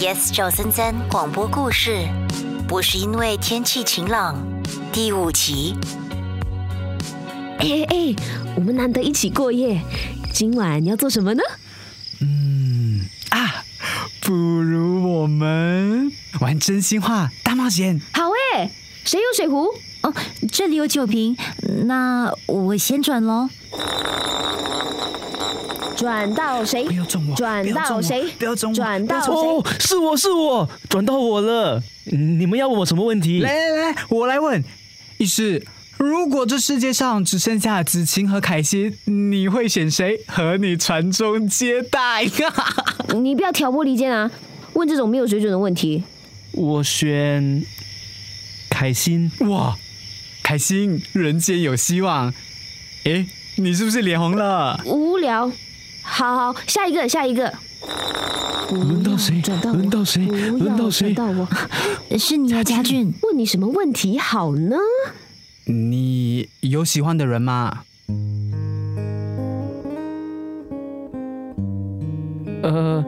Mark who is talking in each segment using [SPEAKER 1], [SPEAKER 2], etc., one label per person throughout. [SPEAKER 1] Yes，赵森森广播故事，不是因为天气晴朗，第五集。
[SPEAKER 2] 哎哎哎，我们难得一起过夜，今晚要做什么呢？
[SPEAKER 3] 嗯啊，不如我们玩真心话大冒险。
[SPEAKER 2] 好哎，谁有水壶？
[SPEAKER 4] 哦，这里有酒瓶，那我先转喽。
[SPEAKER 2] 转到谁？
[SPEAKER 3] 不要中我！
[SPEAKER 2] 转到谁？
[SPEAKER 3] 不要中我！
[SPEAKER 2] 转到谁
[SPEAKER 5] 哦？，是我是我，转到我了。嗯你们要问我什么问题？
[SPEAKER 3] 来来来，我来问。一是，如果这世界上只剩下子晴和凯西，你会选谁和你传宗接代？
[SPEAKER 2] 你不要挑拨离间啊！问这种没有水准的问题。
[SPEAKER 5] 我选凯欣。
[SPEAKER 3] 哇，凯欣，人间有希望。诶，你是不是脸红了？
[SPEAKER 2] 无聊。好好，下一个，下一个。
[SPEAKER 5] 轮到谁
[SPEAKER 2] 转到我
[SPEAKER 5] 轮到谁
[SPEAKER 2] 不要
[SPEAKER 5] 轮到谁
[SPEAKER 2] 转到我。
[SPEAKER 4] 是你啊，家俊。
[SPEAKER 2] 问你什么问题好呢？
[SPEAKER 3] 你有喜欢的人吗？
[SPEAKER 5] 呃，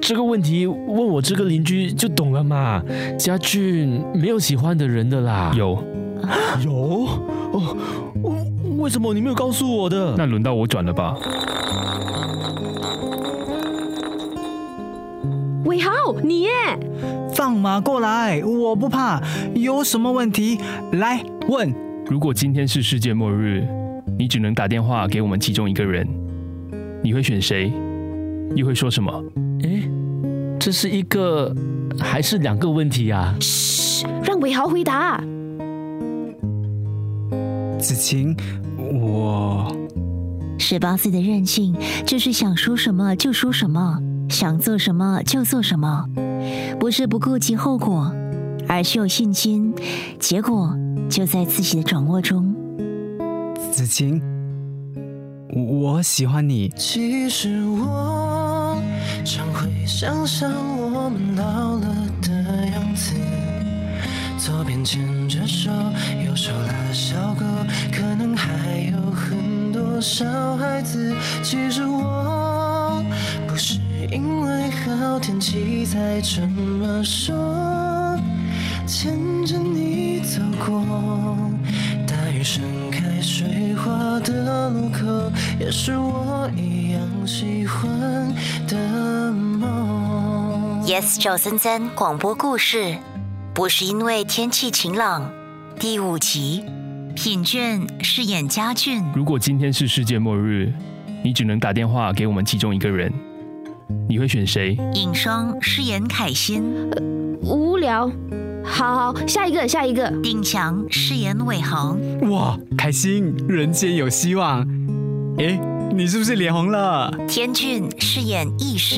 [SPEAKER 6] 这个问题问我这个邻居就懂了嘛。家俊没有喜欢的人的啦。
[SPEAKER 7] 有，
[SPEAKER 5] 有哦，我为什么你没有告诉我的？
[SPEAKER 7] 那轮到我转了吧？
[SPEAKER 2] 伟豪，你耶，
[SPEAKER 3] 放马过来，我不怕。有什么问题来问？
[SPEAKER 7] 如果今天是世界末日，你只能打电话给我们其中一个人，你会选谁？你会说什么？
[SPEAKER 6] 诶，这是一个还是两个问题啊？
[SPEAKER 2] 让伟豪回答。
[SPEAKER 3] 子晴，我
[SPEAKER 1] 十八岁的任性就是想说什么就说什么，想做什么就做什么，不是不顾及后果，而是有信心，结果就在自己的掌握中。
[SPEAKER 3] 子晴，我喜欢你。
[SPEAKER 8] 其实我常会想象我们老了的样子，左边牵着手，右手拉小狗，可能还有很多小孩子。其实我不是因为好天气才这么说，牵着你走过。大雨盛开水花的路口，也是我一样喜欢的梦。
[SPEAKER 1] Yes，赵森森广播故事，不是因为天气晴朗，第五集。品俊饰演家俊，
[SPEAKER 7] 如果今天是世界末日，你只能打电话给我们其中一个人，你会选谁？
[SPEAKER 1] 尹双饰演凯欣，
[SPEAKER 2] 无聊。好好，下一个，下一个。
[SPEAKER 1] 丁强饰演伟豪。
[SPEAKER 3] 哇，凯欣，人间有希望。诶，你是不是脸红了？
[SPEAKER 1] 天俊饰演医师，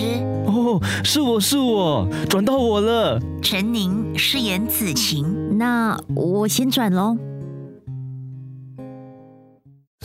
[SPEAKER 5] 哦，是我是我，转到我了。
[SPEAKER 1] 陈宁饰演子晴。
[SPEAKER 4] 那我先转喽。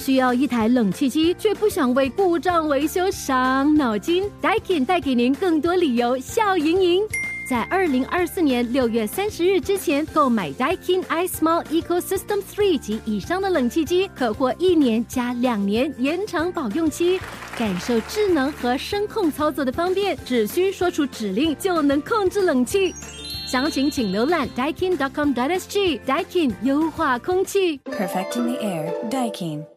[SPEAKER 9] 需要一台冷气机，却不想为故障维修伤脑筋？Daikin 带给您更多理由笑盈盈。在二零二四年六月三十日之前购买 Daikin iSmall Ecosystem Three 及以上的冷气机，可获一年加两年延长保用期。感受智能和声控操作的方便，只需说出指令就能控制冷气。详情请浏览 daikin.com.sg。Daikin 优化空气。
[SPEAKER 10] Perfecting the air, Daikin.